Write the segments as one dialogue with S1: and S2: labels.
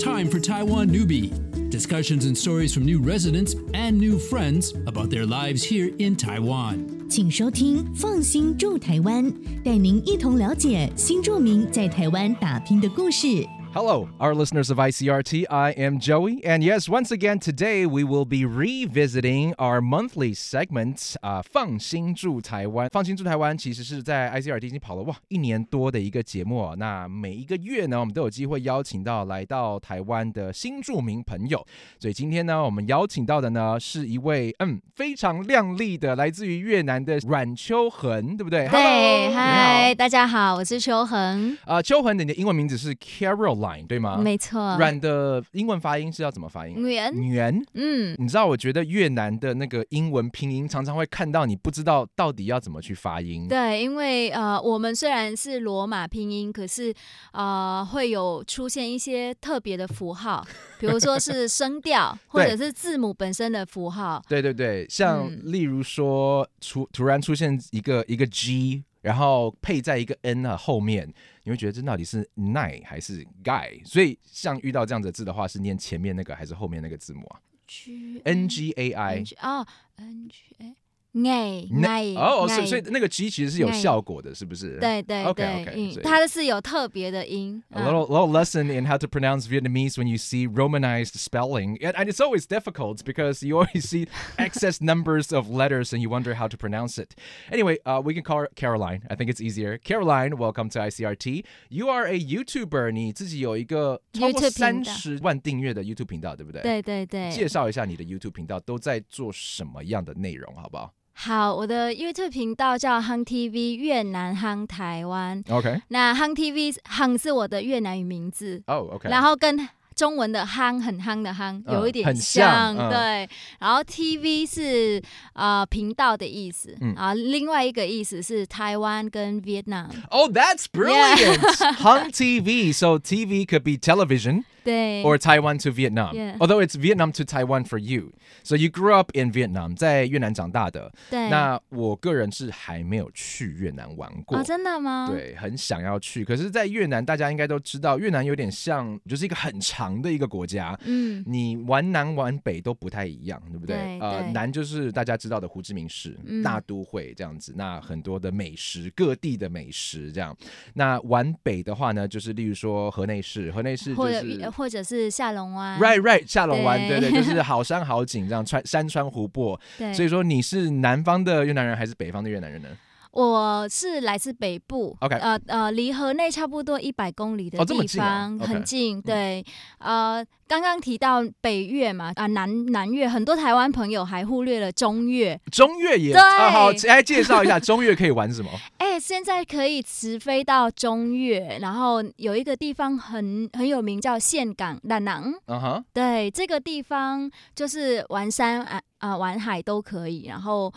S1: Crime for Taiwan Newbie discussions and stories from new residents and new friends about their lives here in Taiwan.
S2: 请收听《放心住台湾》，带您一同了解新住民在台湾打拼的故事。
S3: Hello, our listeners of ICRT. I am Joey. And yes, once again, today we will be revisiting our monthly segment, uh, 放心住台湾。放心住台湾其实是在 ICRT 已经跑了哇一年多的一个节目、哦。那每一个月呢，我们都有机会邀请到来到台湾的新住民朋友。所以今天呢，我们邀请到的呢是一位嗯非常靓丽的来自于越南的阮秋恒，对不对？
S4: 对，
S3: Hello，
S4: 嗨，
S3: 你
S4: 大家好，我是秋恒，
S3: 好。呃，秋恒，你的英文名字是 Caroline 对吗？
S4: 没错，
S3: 阮的英文发音是要怎么发音？
S4: 圆，
S3: 元，
S4: 嗯，
S3: 你知道，我觉得越南的那个英文拼音常常会看到你不知道到底要怎么去发音。
S4: 对，因为呃，我们虽然是罗马拼音，可是呃，会有出现一些特别的 符号，比如说是声调或者是字母本身的符号，
S3: 对对对，像
S4: 嗯
S3: 例如说出突然出现一个一个 G，然后配在一个 N 啊后面，你会觉得这到底是 nine 还是 guy？所以像遇到这样子的字的话，是念前面那个还是后面那个字母啊
S4: G
S3: ？N G A I
S4: N。G 哦，N G A N
S3: 那
S4: G
S3: 哦，所以所以那个 G 其实是有效果的，是不是？
S4: 对对
S3: OK，OK，所
S4: 对，嗯，uh
S3: 以
S4: 它是有特别的音，
S3: A
S4: 啊
S3: little, little lesson in how to pronounce Vietnamese when you see Romanized spelling. And, and it's always difficult because you always see excess numbers of letters and you wonder how to pronounce it. Anyway, uh, we can call her Caroline. I think it's easier. Caroline, welcome to ICRT. You are a YouTuber. 你自己有一个
S4: YouTube 频道。
S3: 超过三十万订阅的 YouTube 频道，对不对？
S4: 对对对，
S3: 介绍一下你的 YouTube 频道都在做什么样的内容，好不好？
S4: 好，我的 YouTube 频道叫 Hang TV 越南 Hang 台湾。
S3: Okay.
S4: 那 Hang TV Hang 是我的越南语名字，
S3: Oh, okay.
S4: 然后跟中文的 Hang 很 Hang 的 Hang
S3: 嗯
S4: 有一点
S3: 很像嗯
S4: 对。然后 TV 是呃频道的意思，
S3: 嗯
S4: 啊，另外一个意思是台湾跟 Vietnam，
S3: Oh, that's brilliant! Hung TV. So TV could be television.
S4: 对
S3: or Taiwan to Vietnam.
S4: Yeah.
S3: Although it's Vietnam to Taiwan for you. So you grew up in Vietnam，在越南长大的。
S4: 对。
S3: 那我个人是还没有去越南玩过。
S4: 哦，真的吗？
S3: 对，很想要去，可是，在越南，大家应该都知道，越南有点像，就是一个很长的一个国家，
S4: 嗯，
S3: 你玩南玩北都不太一样，对不对？
S4: 对
S3: 呃，
S4: 对
S3: 南就是大家知道的胡志明市、
S4: 嗯
S3: 大都会这样子，那很多的美食，各地的美食这样。那玩北的话呢，就是例如说河内市，河内市就
S4: 或者
S3: 是
S4: 呃或者是下龙湾
S3: Right, right，下龙湾，对
S4: 对
S3: 对，就是好山好景，这样川山川湖泊。
S4: 对，
S3: 所以说你是南方的越南人还是北方的越南人呢？
S4: 我是来自北部
S3: OK
S4: 呃呃，离河内差不多一百公里的
S3: 哦这么
S4: 地
S3: 近啊
S4: 方，
S3: OK
S4: 很近。对，呃，刚刚提到北越嘛，啊、南南越，很多台湾朋友还忽略了中越。
S3: 中越也
S4: 对
S3: 啊，好，来介绍一下中越可以玩什么？
S4: 哎，现在可以直飞到中越，然后有一个地方很很有名，叫岘港（南南
S3: 嗯哼，）。
S4: 对，这个地方就是玩山啊啊、玩海都可以，然后。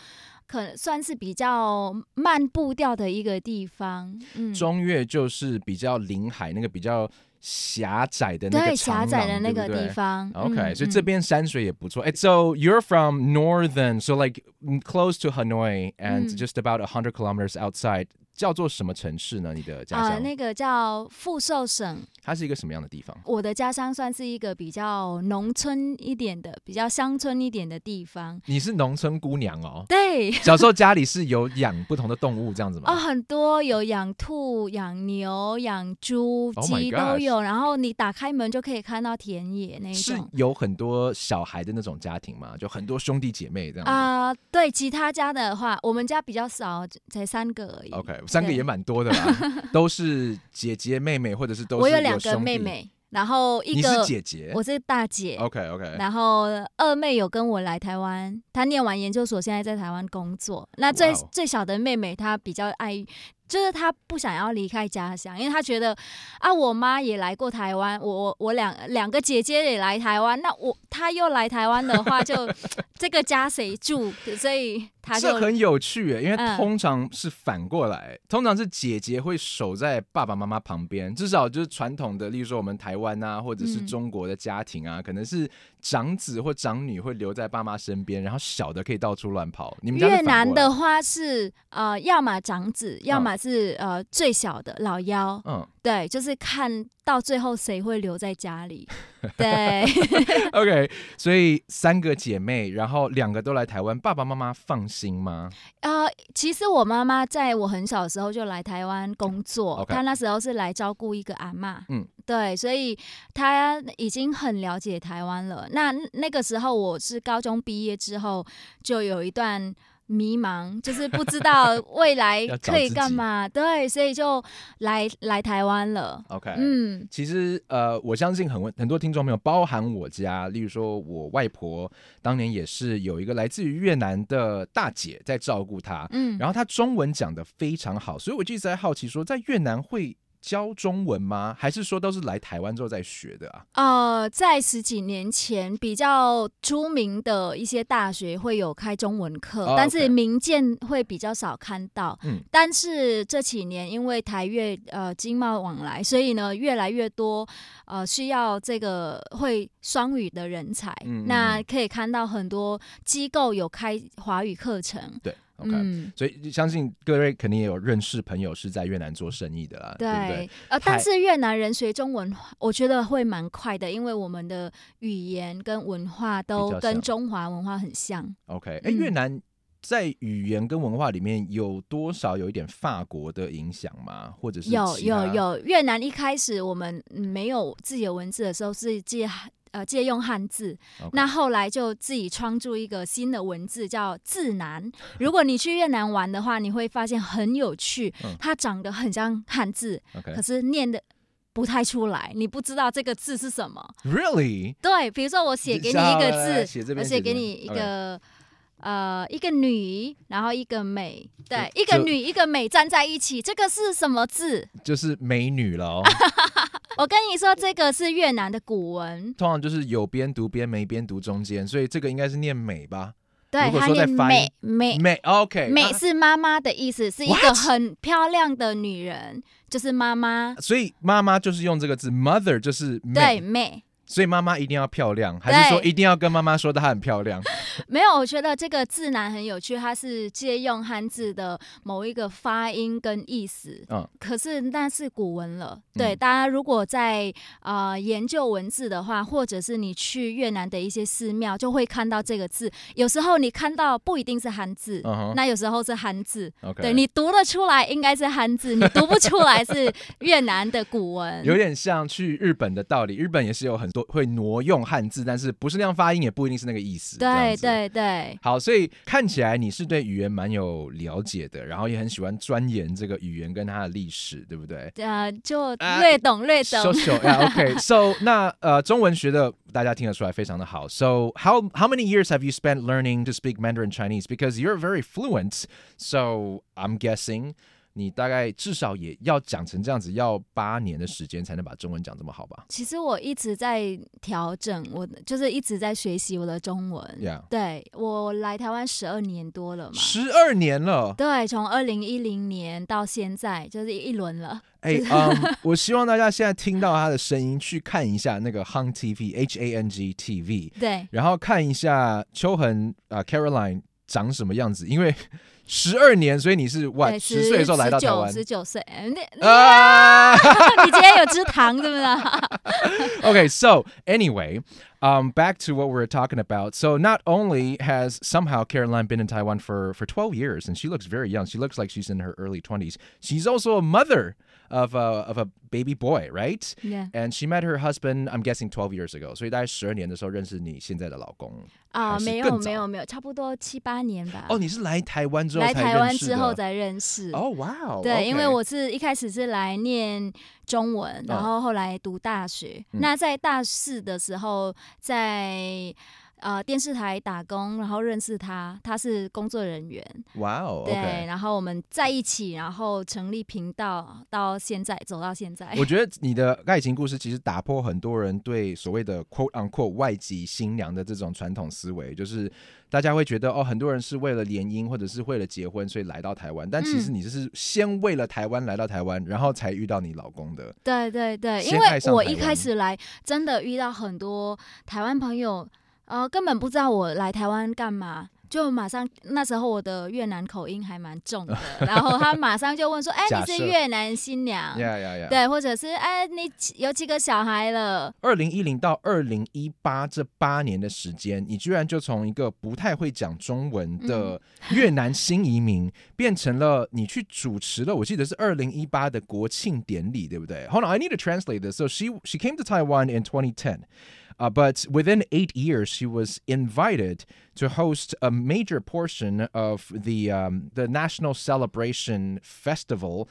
S4: 可算是比较慢步调的一个地方，嗯，
S3: 中越就是比较临海那个比较狭窄的那个
S4: 对
S3: 长
S4: 狭窄的
S3: 廊
S4: 那
S3: 对
S4: 个
S3: 不对
S4: 地方。
S3: Okay,
S4: 嗯
S3: so 这。
S4: 嗯
S3: 边山水也不错。哎，So you're from northern, so like mm, close to Hanoi and
S4: 嗯
S3: just about a hundred kilometers outside，叫做什么城市呢？你的家
S4: 啊、
S3: 乡
S4: 那个叫富寿省，
S3: 它是一个什么样的地方？
S4: 我的家乡算是一个比较农村一点的、比较乡村一点的地方。
S3: 你是农村姑娘哦。
S4: 对，
S3: 小时候家里是有养不同的动物这样子
S4: 哦，
S3: 吗？
S4: 很多有养兔、养牛、养猪、
S3: Oh my
S4: 鸡都有，然后你打开门就可以看到田野那一
S3: 是
S4: 种。
S3: 有很多小孩的那种家庭嘛，就很多兄弟姐妹这样子。
S4: 啊、对，其他家的话，我们家比较少，才三个而已。
S3: OK，三个
S4: 对
S3: 也蛮多 的啦，都是姐姐妹妹，或者是都是
S4: 我有两
S3: 兄
S4: 个
S3: 弟
S4: 妹，妹，然后一
S3: 你
S4: 个
S3: 是姐姐
S4: 我是大姐。
S3: ，OK OK，
S4: 然后二妹有跟我来台湾，她念完研究所，现在在台湾工作。那最、
S3: 哇哦
S4: 最小的妹妹她比较爱，就是她不想要离开家乡，因为她觉得啊，我妈也来过台湾，我我我两两个姐姐也来台湾，那我她又来台湾的 话就，这个家谁住？所以她就
S3: 这很有趣耶，因为
S4: 嗯
S3: 通常是反过来，通常是姐姐会守在爸爸妈妈旁边，至少就是传统的，例如说我们台湾啊，或者是
S4: 嗯
S3: 中国的家庭啊，可能是长子或长女会留在爸妈身边，然后小的可以到处乱跑。你们家是
S4: 越
S3: 反过来
S4: 南的话是呃，要么长子，要么是呃最小的老幺，
S3: 嗯
S4: 对，就是看到最后谁会留在 家里，对
S3: ，OK，所以三个姐妹，然后两个都来台湾，爸爸妈妈放心吗？
S4: 呃，其实我妈妈在我很小的时候就来台湾工作
S3: OK
S4: 她那时候是来照顾一个阿嬷，
S3: 嗯，
S4: 对，所以她已经很了解台湾了。那那个时候我是高中毕业之后，就有一段迷茫，就是不 知道未来
S3: 要找
S4: 可以
S3: 自
S4: 干
S3: 己
S4: 嘛，对，所以就来来台湾了。
S3: OK，
S4: 嗯，
S3: 其实呃，我相信很很多听众朋友，包含我家，例如说我外婆当年也是有一个来自于越南的大姐在照顾她，
S4: 嗯
S3: 然后她中文讲得非常好，所以我就一直在好奇说，在越南会教中文吗？还是说都是来台湾之后再学的啊？
S4: 呃，在十几年前比较出名的一些大学会有开中文课，
S3: 哦
S4: 但
S3: OK
S4: 是民间会比较少看到。
S3: 嗯
S4: 但是这几年因为台越呃经贸往来，所以呢越来越多呃需要这个会双语的人才。
S3: 嗯嗯
S4: 那
S3: 嗯
S4: 可以看到很多机构有开华语课程。
S3: 对，OK，、
S4: 嗯，
S3: 所以相信各位肯定也有认识朋友是在越南做生意的啦，对不对？
S4: 呃，
S3: 嗨
S4: 但是越南人学中文，我觉得会蛮快的，因为我们的语言跟文化
S3: 比
S4: 都
S3: 较
S4: 跟
S3: 像
S4: 中华文化很像。
S3: OK，哎、
S4: 嗯
S3: 越南在语言跟文化里面有多少有一点法国的影响吗？或者是
S4: 有
S3: 其他
S4: 有有，越南一开始我们嗯没有自己的文字的时候是借呃借用汉字，
S3: OK
S4: 那后来就自己创出一个新的文字叫字 南。如果你去越南玩的话，你会发现很有趣
S3: 嗯，
S4: 它长得很像汉字，
S3: OK
S4: 可是念的不太出来，你不知道这个字是什么。
S3: Really？
S4: 对，比如说我写给你
S3: 来
S4: 一
S3: 来来
S4: 个
S3: 写
S4: 字
S3: 这，边
S4: 我
S3: 写
S4: 写给
S3: 这边
S4: 你一
S3: OK
S4: 个呃一个女，然后一个美，对，
S3: 就
S4: 一个
S3: 就
S4: 女一个美站在一起，这个是什么字？
S3: 就是美女了 哦，
S4: 我跟你说，这个是越南的古文，
S3: 通常就是有边读边没边读中间，所以这个应该是念美吧？
S4: 对
S3: 如，果
S4: 它
S3: 说在
S4: 念
S3: 发音
S4: 美美
S3: 美 OK
S4: 美
S3: 那
S4: 是妈妈的意思，是一个
S3: What？
S4: 很漂亮的女人，就是妈妈。
S3: 所以妈妈就是用这个字，mother 就是
S4: 对，
S3: 美，
S4: 美
S3: 所以妈妈一定要漂亮，还是说
S4: 对
S3: 一定要跟妈妈说她很漂 亮？
S4: 没有，我觉得这个字难很有趣，它是借用汉字的某一个发音跟意思。
S3: 嗯
S4: 可是那是古文了，对、
S3: 嗯
S4: 大家如果在呃研究文字的话，或者是你去越南的一些寺庙，就会看到这个字。有时候你看到不一定是汉字，
S3: 嗯哼
S4: 那有时候是汉字。
S3: ，OK，
S4: 对你读得出来应该是汉字，你读不出来是越南的古文。
S3: 有点像去日本的道理，日本也是有很多会挪用汉字，但是不是那样发音，也不一定是那个意思。这
S4: 对
S3: 样子。
S4: 对对，
S3: 好，所以看起来你是对语言蛮有了解的，然后也很喜欢钻研这个语言跟它的历史，对不对？
S4: 呃，就
S3: 啊
S4: 略懂略懂。
S3: So so yeah okay so 那呃中文学的大家听得出来非常的好。So how how many years have you spent learning to speak Mandarin Chinese? Because you're very fluent. So I'm guessing 你大概至少也要讲成这样子，要八年的时间才能把中文讲这么好吧
S4: 其实我一直在调整，我的就是一直在学习我的中文。
S3: ？Yeah，
S4: 对我来台湾十二年多了嘛，
S3: 十二年了。
S4: 对，从二零一零年到现在就是一轮了。
S3: 哎， 嗯，我希望大家现在听到他的声音，去看一下那个 Hang TV H A N G T V，
S4: 对，
S3: 然后看一下秋恒啊、呃 Caroline 长什么样子，因为十二年，所以你是
S4: 对，
S3: 晚啊十岁的时候来到台湾
S4: 十九岁，哎那
S3: 啊。
S4: 你今天有吃糖对 不对？
S3: okay, so anyway, um, back to what we were talking about. So not only has somehow Caroline been in Taiwan for for 12 years, and she looks very young. She looks like she's in her early 20s. She's also a mother of a of a baby boy, right?
S4: Yeah.
S3: And she met her husband, I'm guessing, 12 years ago. 所以大概十二年的时候认识你现在的老公。
S4: 啊，
S3: 还是
S4: 没有
S3: 更
S4: 没
S3: 早
S4: 有没有，差不多七八年吧。
S3: 哦，你是来台湾之后
S4: 来
S3: 才
S4: 台湾
S3: 认识
S4: 之
S3: 的。
S4: 后才认识。
S3: 哦，哇哦，
S4: 对，因为
S3: OK 啊
S4: 我是一开始是来念中文，然后后来读大学。
S3: 嗯
S4: 那在大四的时候，在呃电视台打工，然后认识他，他是工作人员，
S3: 哇哦
S4: 对
S3: OK
S4: 然后我们在一起，然后成立频道，到现在走到现在。
S3: 我觉得你的爱情故事其实打破很多人对所谓的 “quote unquote” 外籍新娘的这种传统思维，就是大家会觉得哦，很多人是为了联姻或者是为了结婚，所以来到台湾。但其实你就是先为了台湾来到台湾，然后才遇到你老公的。
S4: 对对对，因
S3: 先爱上
S4: 为我
S3: 台
S4: 一开
S3: 湾
S4: 始来，真的遇到很多台湾朋友，呃，根本不知道我来台湾干嘛。就马上那时候我的越南口音还蛮重 的，然后他马上就问说：“哎，
S3: 假
S4: 你是
S3: 设
S4: 越南新娘？”
S3: Yeah, yeah, yeah.
S4: 对，或者是哎，你几有几个小孩了？
S3: 二零一零到二零一八这八年的时间，你居然就从一个不太会讲中文的越南新移民，变成了你去主持了，我记得是二零一八的国庆典礼，对不对？Hold on, I need to translate this. So she she came to Taiwan in 2010. Uh, but within eight years, she was invited to host a major portion of the um, the national celebration festival.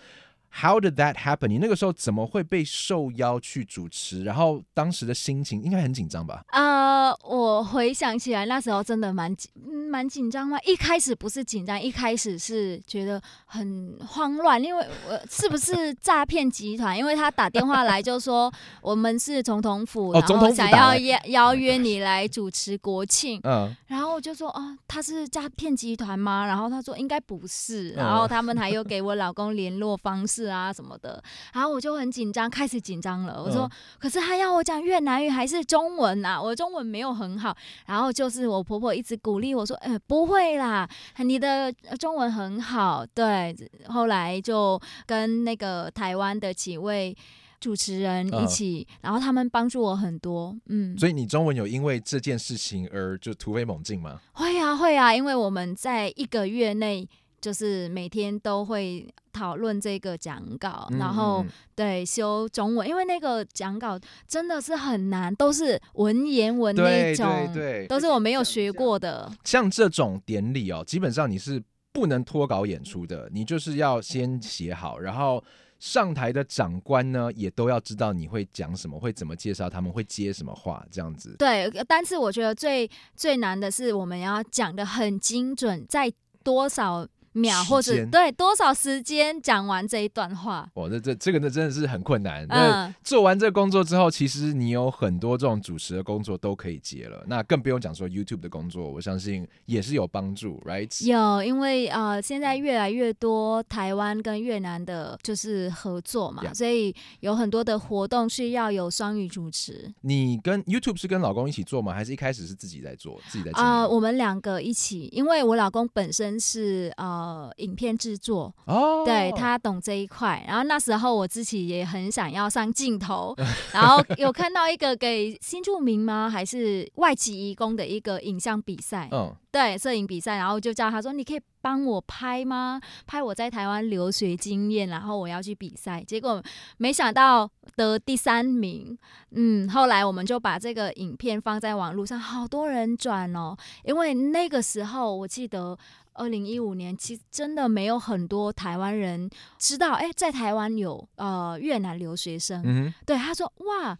S3: How did that happen？你那个时候怎么会被受邀去主持？然后当时的心情应该很紧张吧？
S4: 呃，我回想起来，那时候真的蛮紧，嗯蛮紧张嘛。一开始不是紧张，一开始是觉得很慌乱，因为我是不是诈骗集团？因为他打电话来就说我们是总统府，
S3: 哦
S4: 然
S3: 总统
S4: 后
S3: 府
S4: 想
S3: 打
S4: 要
S3: 来
S4: 邀邀约你来主持 国庆。
S3: 嗯，
S4: 然后我就说啊，他是诈骗集团吗？然后他说应该不是，
S3: 嗯
S4: 然后他们还有给我老公联络方式啊什么的，然后我就很紧张，开始紧张了。我说，
S3: 嗯
S4: 可是他要我讲越南语还是中文啊？我中文没有很好。然后就是我婆婆一直鼓励我说，呃，不会啦，你的呃中文很好。对，后来就跟那个台湾的几位。主持人
S3: 嗯
S4: 一起，然后他们帮助我很多，嗯，
S3: 所以你中文有因为这件事情而就突飞猛进吗？
S4: 会啊，会啊，因为我们在一个月内，就是每天都会讨论这个讲稿，
S3: 嗯
S4: 然后
S3: 嗯嗯
S4: 对修中文，因为那个讲稿真的是很难，都是文言文那
S3: 对
S4: 种，
S3: 对对，
S4: 都是我没有学过的。
S3: 像这种典礼哦，基本上你是不能脱稿演出的，你就是要先写好，然后上台的长官呢也都要知道你会讲什么，会怎么介绍他们，会接什么话，这样子。
S4: 对，但是我觉得最最难的是我们要讲的很精准，在多少秒
S3: 时
S4: 或者
S3: 间
S4: 对多少时间讲完这一段话。
S3: 哇，哦这这这个呢真的是很困难。那
S4: 嗯，
S3: 做完这个工作之后，其实你有很多这种主持的工作都可以接了，那更不用讲说 YouTube 的工作，我相信也是有帮助，right？
S4: 有，因为呃，现在越来越多台湾跟越南的，就是合作嘛
S3: Yeah.
S4: 所以有很多的活动需要有双语主持。
S3: 你跟 YouTube 是跟老公一起做吗？还是一开始是自己在做，自己在经营？
S4: 啊、我们两个一起，因为我老公本身是呃影片制作，
S3: 哦，
S4: 对他懂这一块。然后那时候我自己也很想要上镜头，然后有看到一个给新住民吗，还是外籍移工的一个影像比赛，
S3: 嗯，
S4: 对摄影比赛，然后就叫他说：“你可以帮我拍吗？拍我在台湾留学经验，然后我要去比赛。”结果没想到得第三名。嗯，后来我们就把这个影片放在网络上，好多人转哦。因为那个时候我记得二零一五年，其实真的没有很多台湾人知道，哎，在台湾有呃越南留学生。
S3: 嗯哼，
S4: 对，他说：“哇。”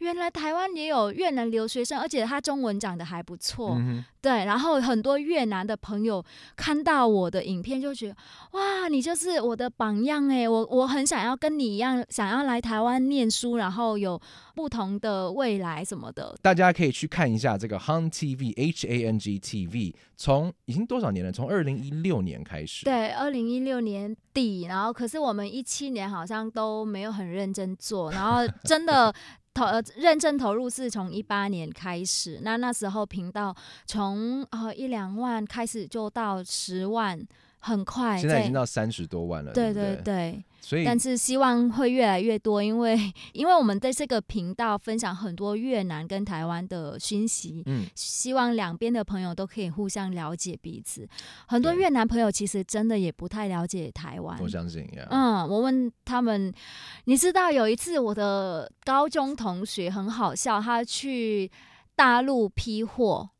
S4: 原来台湾也有越南留学生，而且他中文讲的还不错。
S3: 嗯哼，
S4: 对，然后很多越南的朋友看到我的影片就觉得，哇，你就是我的榜样哎，我我很想要跟你一样，想要来台湾念书，然后有不同的未来什么的。
S3: 大家可以去看一下这个 Han TV H A N G TV，从已经多少年了？从二零一六年开始。，
S4: 对，二零一六年底，然后可是我们一七年好像都没有很认真做，然 后真的投呃认真投入是从一八年开始，那那时候频道从呃一两万开始就到十万，很快，
S3: 现在已经
S4: 在
S3: 到三十多万了，
S4: 对
S3: 对
S4: 对
S3: 不，
S4: 对。
S3: 所以
S4: 但是希望会越来越多，因为因为我们在这个频道分享很多越南跟台湾的讯息，
S3: 嗯，
S4: 希望两边的朋友都可以互相了解彼此。很多
S3: 对
S4: 越南朋友其实真的也不太了解台湾
S3: 我。相信呀，
S4: 嗯，我问他们，你知道有一次我的高中同学很好笑，他去大陆批货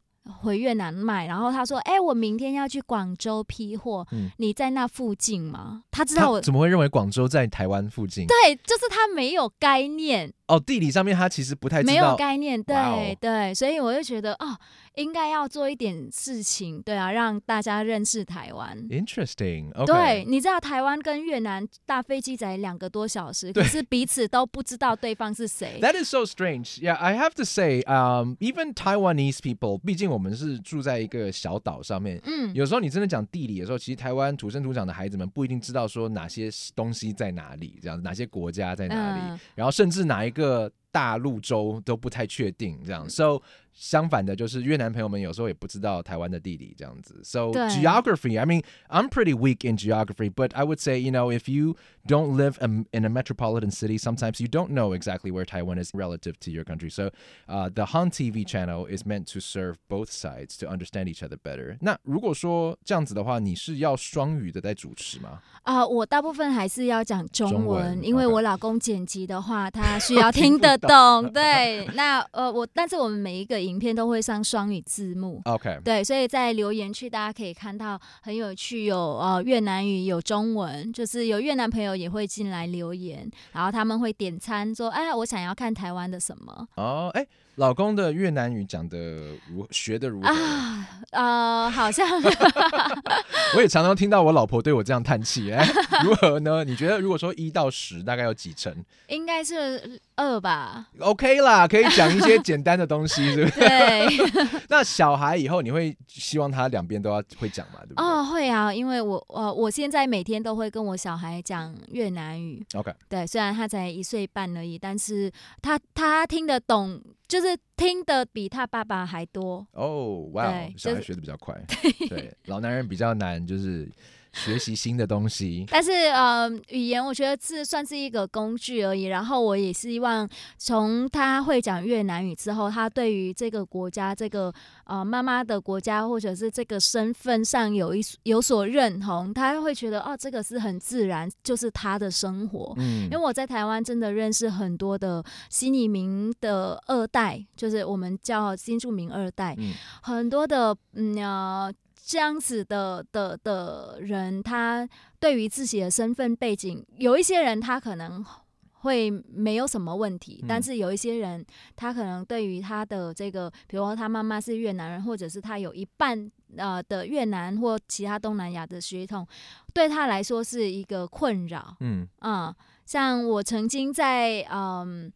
S4: 回越南卖，然后他说：“哎、我明天要去广州批货，
S3: 嗯
S4: 你在那附近吗？”他知道
S3: 他
S4: 我
S3: 怎么会认为广州在台湾附近？
S4: 对，就是他没有概念，
S3: 哦，地理上面他其实不太知
S4: 没有
S3: 道。
S4: 概念，对、
S3: 哇哦
S4: 对，所以我就觉得哦，应该要做一点事情，对啊，让大家认识台湾。
S3: Interesting，o k
S4: 对，你知道台湾跟越南大飞机才两个多小时，可是彼此都不知道对方是谁。
S3: That is so strange. Yeah, I have to say, um, even Taiwanese people，毕竟我们是住在一个小岛上面，
S4: 嗯，
S3: 有时候你真的讲地理的时候，其实台湾土生土长的孩子们不一定知道说哪些东西在哪里，这样哪些国家在哪里，
S4: 嗯
S3: 然后甚至哪一个大陆州都不太确定这
S4: 嗯
S3: 样。So 相反的，就是越南朋友们有时候也不知道台湾的地理这样子。So
S4: 对
S3: geography, I mean, I'm pretty weak in geography, but I would say, you know, if you don't live in in a metropolitan city, sometimes you don't know exactly where Taiwan is relative to your country. So uh, the Han TV channel is meant to serve both sides to understand each other better. 那如果说这样子的话，你是要双语的在主持吗？
S4: 啊、我大部分还是要讲中文，
S3: 中文
S4: 因为
S3: OK
S4: 我老公剪辑的话，他 需要听得懂。对，那呃，我但是我们每一个影片都会上双语字幕。
S3: OK，
S4: 对，所以在留言区大家可以看到很有趣，有呃越南语，有中文，就是有越南朋友也会进来留言，然后他们会点餐说，哎，我想要看台湾的什么
S3: 哦，哎，老公的越南语讲的如学的如何？
S4: 啊？呃，好像
S3: 我也常常听到我老婆对我这样叹气，哎，如何呢？你觉得如果说一到十，大概有几成
S4: 应该是二吧？
S3: ？OK 啦，可以讲一些简单的东西，是不是？
S4: 对。
S3: 那小孩以后你会希望他两边都要会讲嘛？对不对、
S4: 哦，会啊，因为我呃，我现在每天都会跟我小孩讲越南语，
S3: o k
S4: 对，虽然他才一岁半而已，但是他他听得懂，就是听得比他爸爸还多。
S3: 哦，哇哦
S4: 对，
S3: 小
S4: 就
S3: 孩
S4: 是
S3: 学的比较快，对，老男人比较难，就是学习新的东 西。
S4: 但是呃，语言我觉得是算是一个工具而已。然后我也希望从他会讲越南语之后，他对于这个国家、这个呃妈妈的国家或者是这个身份上有一有所认同，他会觉得哦，这个是很自然，就是他的生活。
S3: 嗯
S4: 因为我在台湾真的认识很多的新移民的二代，就是我们叫新住民二代，
S3: 嗯
S4: 很多的嗯、呃、这样子的的的人，他对于自己的身份背景，有一些人他可能。会没有什么问题，但
S3: 嗯
S4: 是有一些人，他可能对于他的这个，比如说他妈妈是越南人，或者是他有一半呃的越南或其他东南亚的血统，对他来说是一个困扰。
S3: 嗯
S4: 嗯，像我曾经在嗯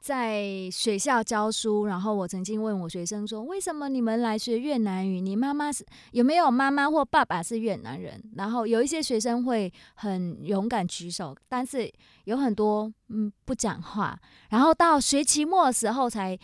S4: 在学校教书，然后我曾经问我学生说，为什么你们来学越南语？你妈妈是有没有妈妈或爸爸是越南人？然后有一些学生会很勇敢举手，但是有很多嗯不讲话，然后到学期末的时候才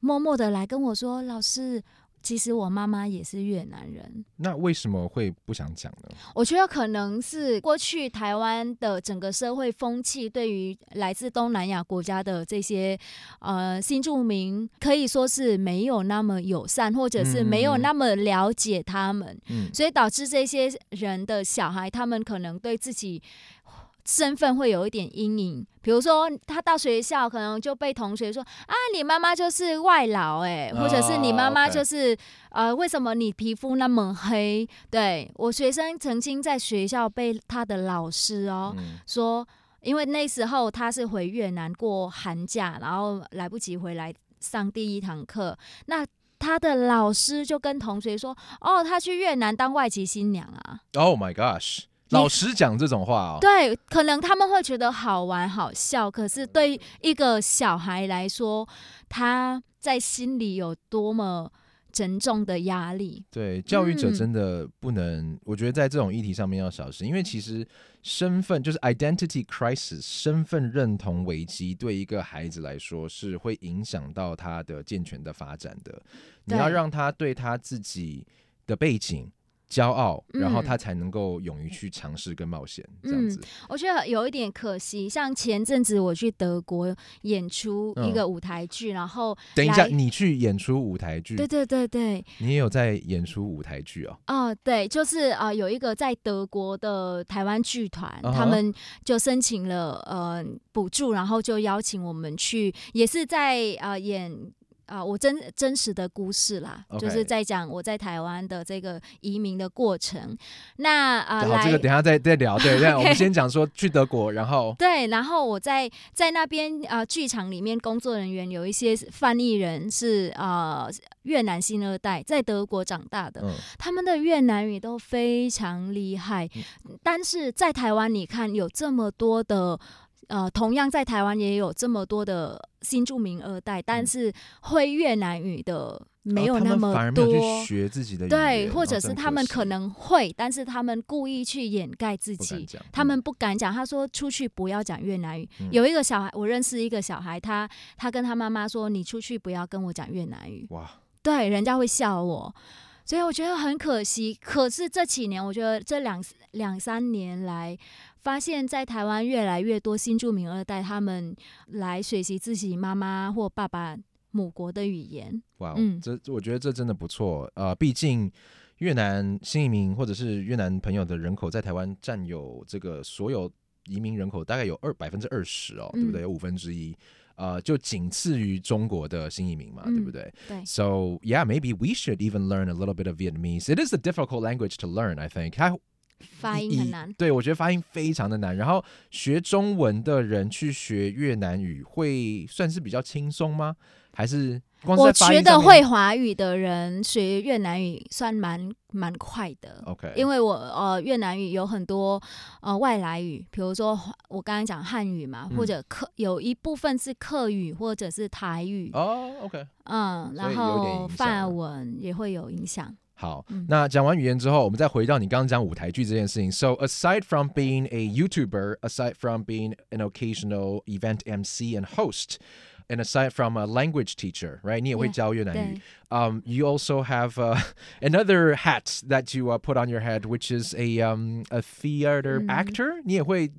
S4: 默默的来跟我说，老师。其实我妈妈也是越南人，
S3: 那为什么会不想讲呢？
S4: 我觉得可能是过去台湾的整个社会风气，对于来自东南亚国家的这些呃新住民，可以说是没有那么友善，或者是没有那么了解他们，
S3: 嗯
S4: 所以导致这些人的小孩，他们可能对自己。身份会有一点阴影，比如说他到学校可能就被同学说啊，你妈妈就是外劳哎、
S3: 哦
S4: 或者是你妈妈
S3: OK
S4: 就是、呃，为什么你皮肤那么黑？对我学生曾经在学校被他的老师哦、
S3: 嗯
S4: 说，因为那时候他是回越南过寒假，然后来不及回来上第一堂课，那。他的老师就跟同学说：“哦，他去越南当外籍新娘啊。
S3: ，Oh my gosh，
S4: 你
S3: 老师讲这种话哦。
S4: 对，可能他们会觉得好玩好笑，可是对一个小孩来说，他在心里有多么沉重的压力。
S3: 对，教育者
S4: 嗯
S3: 真的不能，我觉得在这种议题上面要小心，因为其实身份就是 identity crisis，身份认同危机对一个孩子来说是会影响到他的健全的发展的。你要
S4: 对
S3: 让他对他自己的背景骄傲，然后
S4: 嗯
S3: 他才能够勇于去尝试跟冒险，这样
S4: 嗯
S3: 子。
S4: 我觉得有一点可惜，像前阵子我去德国演出一
S3: 嗯
S4: 个舞台剧，然后
S3: 等一下，
S4: 来
S3: 你去演出舞台剧，
S4: 对对对对，
S3: 你也有在演出舞台剧哦。
S4: 哦，对，就是啊、呃有一个在德国的台湾剧团
S3: 啊哈
S4: 他们就申请了呃补助，然后就邀请我们去，也是在啊、呃演。啊、我真真实的故事啦
S3: OK
S4: 就是在讲我在台湾的这个移民的过程。那啊、呃
S3: 好，
S4: 来
S3: 这个等一下再再聊。 对，这样我们
S4: OK
S3: 先讲说去德国，然后
S4: 对，然后我在在那边啊剧场里面工作人员有一些翻译人是啊、呃越南新二代，在德国长大的，
S3: 嗯。
S4: 他们的越南语
S3: 嗯
S4: 都非常厉害，但是在台湾，你看有这么多的呃，同样在台湾也有这么多的新住民二代，但是会越南语的没有
S3: 嗯哦他
S4: 那
S3: 们
S4: 么
S3: 反而没
S4: 多。
S3: 有去学自己的语
S4: 对，
S3: 言
S4: 或
S3: 哦
S4: 者
S3: 这
S4: 是
S3: 很
S4: 他们
S3: 惜
S4: 可能会，但是他们故意去掩盖自
S3: 不
S4: 己
S3: 敢，讲，
S4: 他
S3: 嗯
S4: 们不敢讲。他说出去不要讲越南语。
S3: 嗯
S4: 有一个小孩，我认识一个小孩，他他跟他妈妈说：“你出去不要跟我讲越南语。”
S3: 哇，
S4: 对，人家会笑我，所以我觉得很可惜。可是这几年，我觉得这两两三年来，发现在台湾越来越多新住民二代他们来学习自己妈妈或爸爸母国的语言。
S3: 哇哦，
S4: 嗯
S3: 这我觉得这真的不错。呃，毕竟越南新移民或者是越南朋友的人口在台湾占有这个所有移民人口大概有二百分之二十哦，对不对？
S4: 嗯
S3: 有五分之一。呃，就仅次于中国的新移民嘛，对不
S4: 嗯
S3: 对
S4: 对
S3: ？So yeah, maybe we should even learn a little bit of Vietnamese. It is a difficult language to learn, I think. 它
S4: 发
S3: 以
S4: 音很
S3: 以
S4: 难。
S3: 对，我觉得发音非常的难。然后学中文的人去学越南语，会算是比较轻松吗？还是光是
S4: 我
S3: 在发音
S4: 觉
S3: 上
S4: 得
S3: 面
S4: 会华语的人学越南语算蛮蛮快的。
S3: OK，
S4: 因
S3: 为
S4: 为我呃越南语有很多呃外来语，比如说我刚刚讲汉语嘛，
S3: 嗯
S4: 或者客有一部分是客语或者是台语，
S3: 哦，OK，
S4: 嗯，
S3: 所以
S4: 然
S3: 有点
S4: 后
S3: 影响了
S4: 法文也会有影响。
S3: 好，
S4: 嗯
S3: 那讲完语言之后，我们再回到你刚刚讲舞台剧这件事情。So aside from being a YouTuber, aside from being an occasional event MC and host, and aside from a language teacher, right? 你也会
S4: Yeah，
S3: 教越南语
S4: 对。
S3: Um, you also have uh, another hat that you uh, put on your head, which is a um a theater
S4: 嗯
S3: actor. 你也会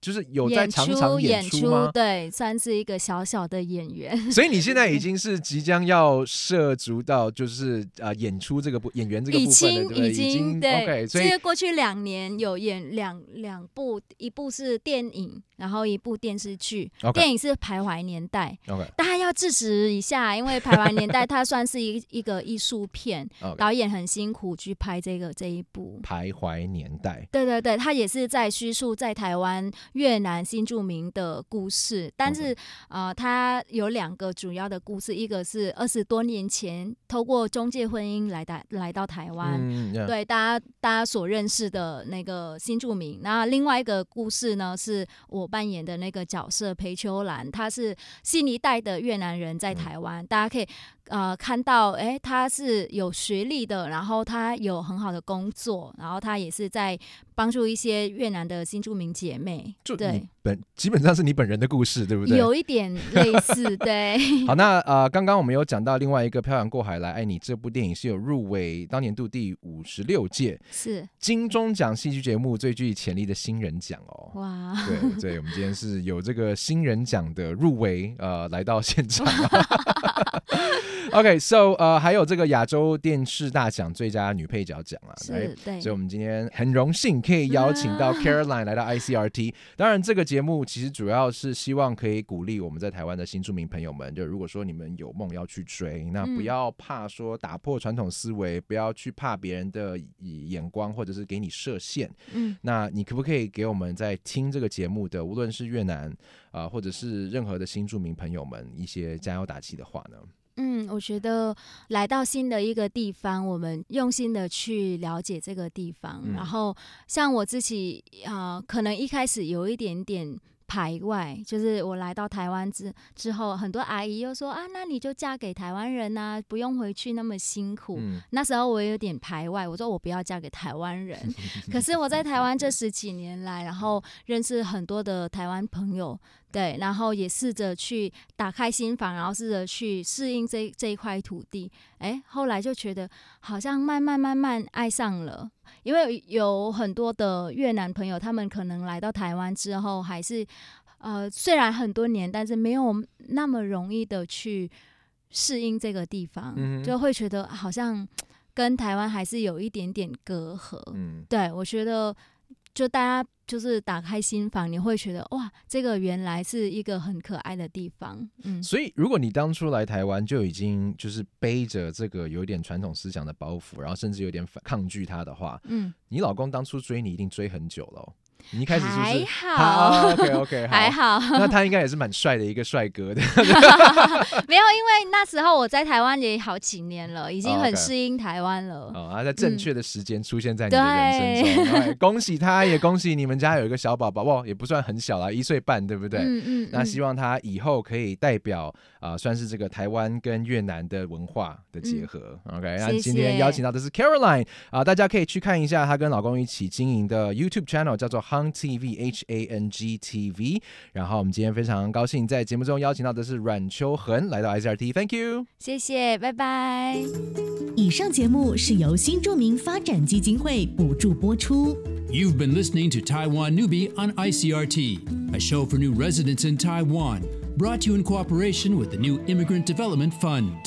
S3: 就是有在
S4: Mm。演
S3: 常
S4: 出
S3: 常
S4: 演
S3: 出吗？
S4: 对，算是一个小小的演 员。
S3: 所以你现在已经是即将要涉足到就是呃演出这个部演员这个
S4: 已
S3: 部分了，对
S4: 经
S3: 不对？
S4: 已
S3: 已
S4: 经
S3: OK，所
S4: 这
S3: 以
S4: 个过去两年有演两两部，一部是电影，然后一部电视剧。
S3: OK
S4: 电影是《徘徊年代》，
S3: OK
S4: 大家要支持一下，因为《台湾年代》它算是一一个艺术片，
S3: OK，
S4: 导演很辛苦去拍这个这一部。
S3: 徘徊年代
S4: 对对对，它也是在叙述在台湾、越南新住民的故事，但是呃，它有两个主要的故事，一个是二十多年前透过中介婚姻来到来到台湾，
S3: 嗯，yeah，
S4: 对大家大家所认识的那个新著名。那另外一个故事呢，是我扮演的那个角色裴秋兰，她是新一代的越南人在
S3: 嗯
S4: 台湾，大家可以呃看到，诶，她是有学历的，然后她有很好的工作，然后她也是在帮助一些越南的新著名姐妹，
S3: 就你
S4: 对，
S3: 本基本上是你本人的故事，对不对？
S4: 有一点类 似，对。
S3: 好，那呃，刚刚我们有讲到另外一个《漂洋过海来爱你》这部电影是有入围当年度第五十六届
S4: 是
S3: 金钟奖戏剧节目最具潜力的新人奖哦。
S4: 哇，
S3: 对对，我们今天是有这个新人奖的入围，呃，来到现场。OK，so、呃，还有这个亚洲电视大奖最佳女配角奖啊，
S4: 是
S3: right？
S4: 对
S3: 所以，我们今天很荣幸可以邀请到
S4: 啊
S3: Caroline 来到 ICRT。当然，这个节目其实主要是希望可以鼓励我们在台湾的新住民朋友们，就如果说你们有梦要去追，那不
S4: 嗯
S3: 要怕说打破传统思维，不要去怕别人的眼光或者是给你设限。
S4: 嗯，
S3: 那你可不可以给我们在听这个节目的，无论是越南啊、呃或者是任何的新住民朋友们一些加油打气的话呢？
S4: 嗯，我觉得来到新的一个地方，我们用心的去了解这个地方。
S3: 嗯
S4: 然后，像我自己，呃，可能一开始有一点点排外，就是我来到台湾之之后，很多阿姨又说啊，那你就嫁给台湾人呐、不用回去那么辛苦。
S3: 嗯，
S4: 那时候我有点排外，我说我不要嫁给台 湾人。可是我在台湾这十几年来，然
S3: 嗯
S4: 后认识很多的台湾朋友，对，然后也试着去打开心房，然后试着去适应这这一块土地。哎，后来就觉得好像慢慢慢慢爱上了。因为有很多的越南朋友，他们可能来到台湾之后，还是呃，虽然很多年，但是没有那么容易的去适应这个地方，
S3: 嗯哼
S4: 就会觉得好像跟台湾还是有一点点隔阂。
S3: 嗯，
S4: 对我觉得，就大家就是打开心房，你会觉得哇，这个原来是一个很可爱的地方。嗯，
S3: 所以如果你当初来台湾就已经就是背着这个有点传统思想的包袱，然后甚至有点反抗拒它的话，
S4: 嗯，
S3: 你老公当初追你一定追很久了哦、你一开始是不
S4: 还
S3: 是？
S4: 好，
S3: OK OK，
S4: 还
S3: 好。
S4: 好，
S3: 那他应该也是蛮帅的一个帅哥的，
S4: 没有，因为那时候我在台湾也好几年了，已经
S3: 哦
S4: 很
S3: ，OK
S4: 适应台湾了。
S3: 哦，他在正确的时间出现在你
S4: 嗯对
S3: 的人生中，哎恭喜他，也恭喜你们家有一个小宝宝，哇，也不算很小啦，一岁半，对不对？
S4: 嗯嗯，
S3: 那
S4: 嗯
S3: 希望他以后可以代表啊、呃算是这个台湾跟越南的文化的结合。OK，那
S4: 嗯谢
S3: 今天邀请到的是 Caroline 啊、大家可以去看一下她跟老公一起经营的 YouTube channel 叫做 Hang TV H A N G T V。然后我们今天非常高兴在节目中邀请到的是阮秋恒来到 SRT，Thank you。
S4: 谢谢，拜拜。
S2: 以上节目是由新著名发展基金会补助播出。
S1: You've been listening to Taiwan Newbie on ICRT, a show for new residents in Taiwan, brought to you in cooperation with the New Immigrant Development Fund.